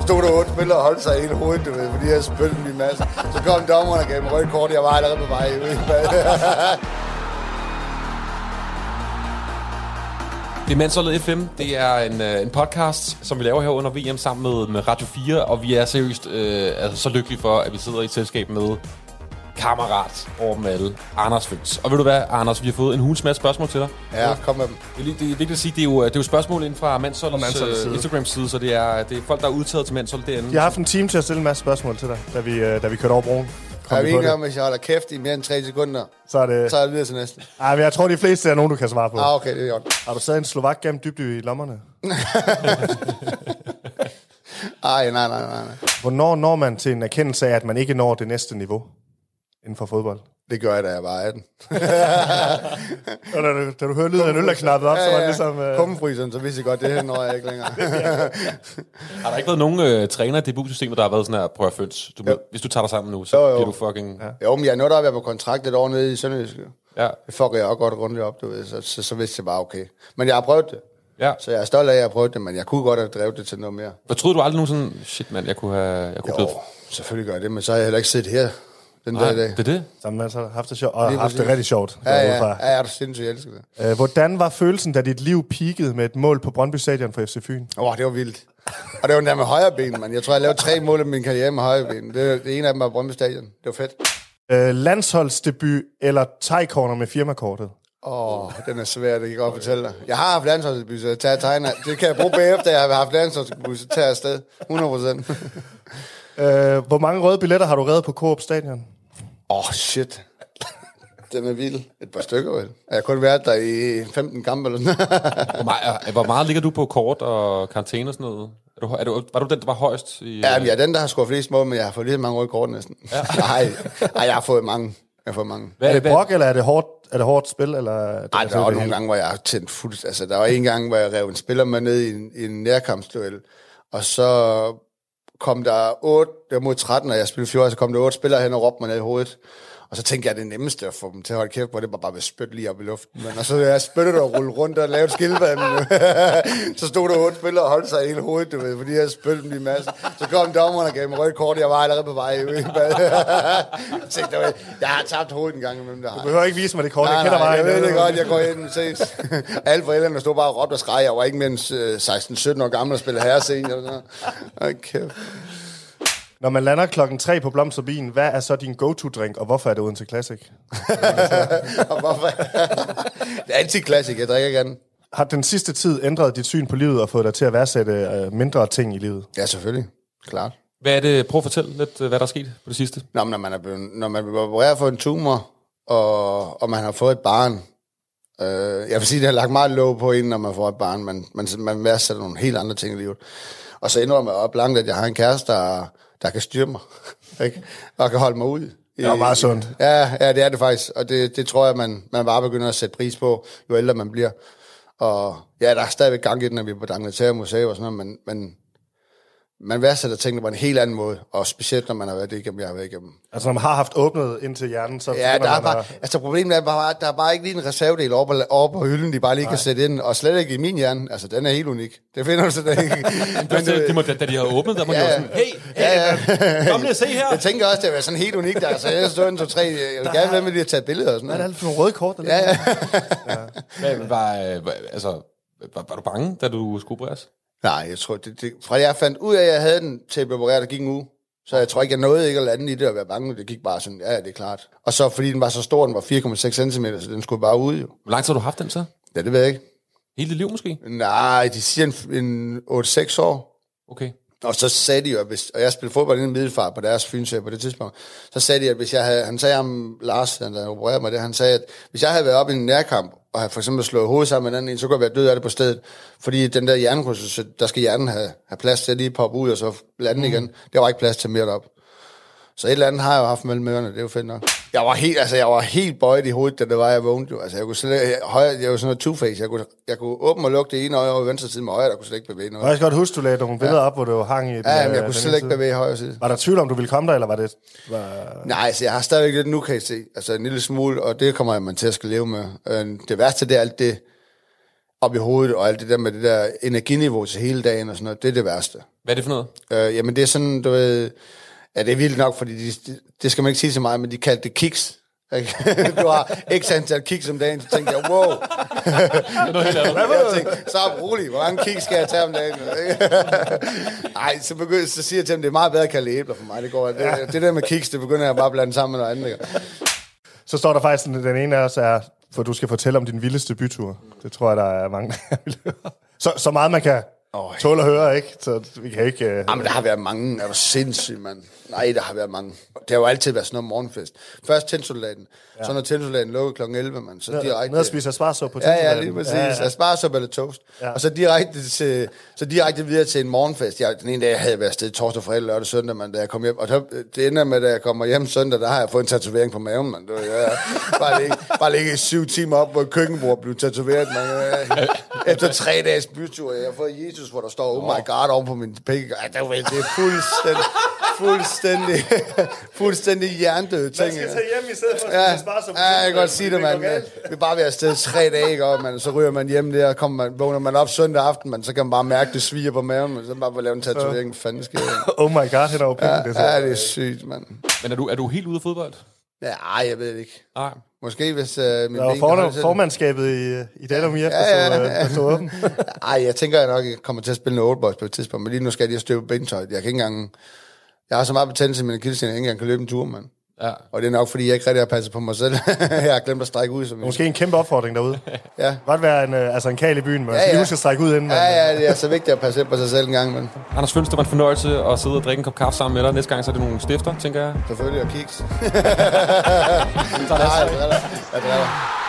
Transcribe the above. stod der otte spillere og holdt sig i hele hovedet, du ved, fordi jeg spyttede en masse. Så kom dommeren og gav mig rødt kort, og jeg var allerede på vej. ud. Det er Mandsholdet FM. Det er en, øh, en podcast, som vi laver her under VM sammen med, med Radio 4, og vi er seriøst øh, altså, så lykkelige for, at vi sidder i et selskab med kammerat over dem alle, Anders Føns. Og ved du hvad, Anders, vi har fået en hulens masse spørgsmål til dig. ja, kom med dem. Det er lige- det er vigtigt at sige, det er jo, det er jo spørgsmål inden fra Mandsholdets Mandsholdets øh, side. Instagram-side, så det er, det er folk, der er udtaget til Mandsholdet derinde. Jeg har haft en time til at stille en masse spørgsmål til dig, da vi, øh, da vi kørte over broen. Kom Er vi vi på enige det? om, at hvis jeg holder kæft i mere end tre sekunder, Så er det... så er det videre til næste? Ej, men jeg tror, de fleste er nogen, du kan svare på. Ah, okay, det er godt. Har du sad en slovak gennem dybt i lommerne? Ej, nej, nej, nej, nej. Hvornår når man til en erkendelse af, at man ikke når det næste niveau inden for fodbold? Det gør jeg, da jeg var 18. Og da, du, da du hører lyden af en øl, der knappede op, så var det ligesom... Øh... Øh, Kummefryseren, så vidste jeg godt, det her når jeg ikke længere. Har der ikke været nogen øh, træner i debutsystemet, der har været sådan her, prøv at Føns, du, må, hvis du tager dig sammen nu, så Jo, jo, jo. jo. bliver du fucking... Ja. jo, men jeg nåede at være på kontrakt et år nede i Sønderjysk. Ja. Det fucker jeg også godt grundigt op, du ved. Så, så, så vidste jeg bare, okay. Men jeg har prøvet det. ja. Så jeg er stolt af, at jeg har prøvet det, men jeg kunne godt have drevet det til noget mere. Hvad troede du aldrig nu sådan, shit mand, jeg kunne have... Jeg kunne Jo, blive... selvfølgelig gør jeg det, men så har jeg heller ikke siddet her den Nej, dag i dag. det er det. så har man så haft det sjovt, og Lige haft det præcis. rigtig sjovt. Ja, går jeg ud ja, fra. ja, er du sindssygt, jeg elsker det. Øh, hvordan var følelsen, da dit liv peakede med et mål på Brøndby Stadion for FC Fyn? Åh, oh, det var vildt. Og det var den der med højre ben, mand. Jeg tror, jeg lavede tre mål i min karriere med højre ben. Det, det ene af dem var Brøndby Stadion. Det var fedt. Øh, landsholdsdebut eller tegkorner med firmakortet? Åh, oh, den er svær, det kan jeg godt fortælle dig. Jeg har haft landsholdsdebut, så jeg tager tegner. Det kan jeg bruge bagefter, jeg har haft landsholdsdebut, så tager jeg afsted. 100 procent. Øh, hvor mange røde billetter har du reddet på Coop Stadion? Åh, oh, shit. Den er vild. Et par stykker, vel? Jeg har kun været der i 15 kampe eller sådan Hvor meget, hvor meget ligger du på kort og karantæne og sådan noget? Er du, er du, var du den, der var højst? I, Ja, men jeg er den, der har scoret flest mål, men jeg har fået lige så mange røde kort næsten. Nej, ja. jeg har fået mange. Jeg har fået mange. hvad, Er det brok, eller er det hårdt, er det hårdt spil? Eller er det, Ej, der var Altså, det nogle gange, hvor jeg har tændt fuldt... Altså, der var en gang, hvor jeg rev en spiller med ned i en, i en nærkampsduel, og så kom der 8, det var mod 13, og jeg spillede 14, så kom der 8 spillere hen og råbte mig ned i hovedet. Og så tænkte jeg, at det nemmeste at få dem til at holde kæft, hvor det var bare ved spytte lige op i luften. Men, og så jeg spyttede og rullede rundt og lavede skildvand. så stod der otte spillere og holdt sig i hele hovedet, du ved, fordi jeg spyttede dem i masse. Så kom dommeren og gav mig rødt kort, og jeg var allerede på vej. ud. jeg tænkte, "Okay, jeg har tabt hovedet en gang imellem. Der. har Du behøver ikke vise mig det kort, Nej, jeg kender nej, mig. jeg ved det godt, jeg går ind og ses. Alle forældrene stod bare og råbte og skreg. Jeg var ikke mere end øh, 16-17 år gammel og spillede herresen. Eller sådan noget. Okay. Når man lander klokken 3 på Blomsterbien, hvad er så din go-to-drink, og hvorfor er det Odense Classic? Og hvorfor? det er altid klassik, jeg drikker ikke andet. Har den sidste tid ændret dit syn på livet og fået dig til at værdsætte øh, mindre ting i livet? Ja, selvfølgelig. Klart. Hvad er det? Prøv at fortælle lidt, øh, hvad der er sket på det sidste. Nå, men når man er blevet, når man bliver opereret for en tumor, og, og man har fået et barn, øh, jeg vil sige, det har lagt meget låg på en, når man får et barn. Man, man, man værdsætter nogle helt andre ting i livet. Og så indrømmer jeg op langt, at jeg har en kæreste, der, der kan styre mig, ikke? og kan holde mig ud. Det er jo meget sundt. Ja, ja, det er det faktisk, og det, det tror jeg, man, man bare begynder at sætte pris på, jo ældre man bliver. Og ja, der er stadigvæk gang i den, når vi er på Dangletære Museum og sådan noget, men, men man værdsætter tingene på en helt anden måde, og specielt når man har været det igennem, jeg har været igennem. Altså, når man har haft åbnet ind til hjernen, så Ja, der er man bare, at- altså problemet er bare, der er bare ikke lige en reservedel over på, over på hylden, de bare lige kan sætte ind, og slet ikke i min hjerne, altså den er helt unik. Det finder du sådan ikke. Det var, det, det må, da, da Altså, de havde åbnet, der var ja, øh, Ja, jo ja. sådan, hey, hey, Ja, ja. kom lige og se her. Jeg tænker også, det har været sådan helt unikt, altså jeg stod en, to, tre, jeg vil gerne være med, at de har taget billeder og sådan Hvad er noget. det for nogle røde kort? Der ja, Ja, ja. ja. Hvad, men var, øh, var- altså, var, var, du bange, da du skulle opereres? Nej, jeg tror, det, det, fra jeg fandt ud af, at jeg havde den til at blive opereret, der gik en uge. Så jeg tror ikke, jeg nåede ikke at lande i det og være bange. Det gik bare sådan, ja, ja, det er klart. Og så fordi den var så stor, den var 4,6 cm, så den skulle bare ud jo. Hvor lang tid har du haft den så? Ja, det ved jeg ikke. Hele dit liv måske? Nej, de siger en, en 8-6 år. Okay. Og så sagde de jo, at hvis, og jeg spillede fodbold inde i Middelfart på deres fynserie på det tidspunkt, så sagde de, at hvis jeg havde, han sagde om Lars, han der opererede mig det, han sagde, at hvis jeg havde været oppe i en nærkamp, og havde for eksempel slået hovedet sammen med en anden en, så kunne jeg være død af det på stedet. Fordi den der hjernekrydselse, der skal hjernen have, have plads til at lige poppe ud og så lande mm. igen. Der var ikke plads til mere deroppe. Så et eller andet har jeg jo haft mellem ørerne, det er jo fedt nok. Jeg var helt, altså, jeg var helt bøjet i hovedet, da det var, jeg vågnede jo. Altså, jeg kunne slet, jeg, højre, jeg var sådan noget two-face. Jeg kunne, jeg kunne åbne og lukke det ene øje over i venstre side med højre, der kunne slet ikke bevæge Jeg kan noget. også godt huske, du lagde nogle billeder op, hvor du hang i den, Ja, men øh, jeg kunne den slet ikke ene side. bevæge højre side. Var der tvivl om, du ville komme der, eller var det... Var... Nej, altså, jeg har stadigvæk lidt nu, kan I se. Altså, en lille smule, og det kommer man til at skal leve med. Øh, Det værste, det er alt det op i hovedet, og alt det der med det der energiniveau til hele dagen og sådan noget, det er det værste. Hvad er det for noget? Øh, jamen det er sådan, du ved... Ja, det er vildt nok, fordi de, det skal man ikke sige så meget, men de kaldte det kiks. Ikke? du har x antal kiks om dagen, så tænkte jeg, wow. jeg tænkte, så rolig, hvor mange kiks skal jeg tage om dagen? Nej, så, begyndte, så siger jeg til dem, det er meget bedre at kalde det æbler for mig. Det, går, det, det der med kiks, det begynder jeg bare at blande sammen med noget andet. ikke? Så står der faktisk, sådan, at den ene af os er, for du skal fortælle om din vildeste bytur. Det tror jeg, der er mange, der vil høre. Så, så meget man kan Åh, tåle at høre, ikke? Så vi kan ikke... Øh... Jamen, der har været mange. Er du sindssyg, mand? Nej, der har været mange. Det har jo altid været sådan noget morgenfest. Først tændsoldaten. Ja. Så når tændsoldaten lukkede kl. 11, mand, så direkte... Ned og spise asparsuppe på Ja, ja, Tinselland. lige præcis. Ja, ja. Asparsuppe eller toast. Ja. Og så direkte, til, så direkte videre til en morgenfest. Jeg, den ene dag, jeg havde været afsted torsdag, fredag, lørdag, søndag, man, da jeg kom hjem. Og så, det ender med, da jeg kommer hjem søndag, der har jeg fået en tatovering på maven, man. Du, ved, jeg, bare, ligge, bare ligge i syv timer op på et køkkenbord og blive tatoveret, man. Efter tre dages bytur, jeg har fået Jesus, hvor der står, oh my god, oven på min pik. Ej, der, var- det er fuldstændig, fuldstændig, fuldstændig jerndøde ting. ja. hjem i stedet for Ja, ja, jeg kan godt øh, sige det, mand. Vi er bare ved afsted tre dage, ikke? Og man, så ryger man hjem der, og kommer man, vågner man op søndag aften, man, så kan man bare mærke, det sviger på maven, men så bare lave en tatovering. Hvad fanden sker der? Oh my god, hen over pinden, det så. Ja, det er sygt, mand. Men er du, er du helt ude af fodbold? Ja, ej, jeg ved det ikke. Nej. Måske hvis øh, min Der var ben kan holde for, til formandskabet i, øh, i Dalum i efter, Ja, ja, ja, ja, ja. ja. så åben. det. Ej, jeg tænker, at jeg nok ikke kommer til at spille noget Old Boys på et tidspunkt, men lige nu skal jeg lige have støve bentøjet. Jeg kan ikke engang... Jeg har så meget betændelse i min akillescene, at jeg ikke engang kan løbe en tur, mand. Ja. Og det er nok, fordi jeg ikke rigtig har passet på mig selv. jeg har glemt at strække ud. Som jeg- Måske en kæmpe opfordring derude. Ja. Godt være en, øh, altså en kal i byen, men ja, ja. ja. lige husk at strække ud inden. Ja, man- ja, det er så vigtigt at passe lidt på sig selv en gang, men Anders Føns, det var en fornøjelse at sidde og drikke en kop kaffe sammen med dig. Næste gang, så er det nogle stifter, tænker jeg. selvfølgelig og kiks. Så er det Nej, jeg driller. Jeg driller.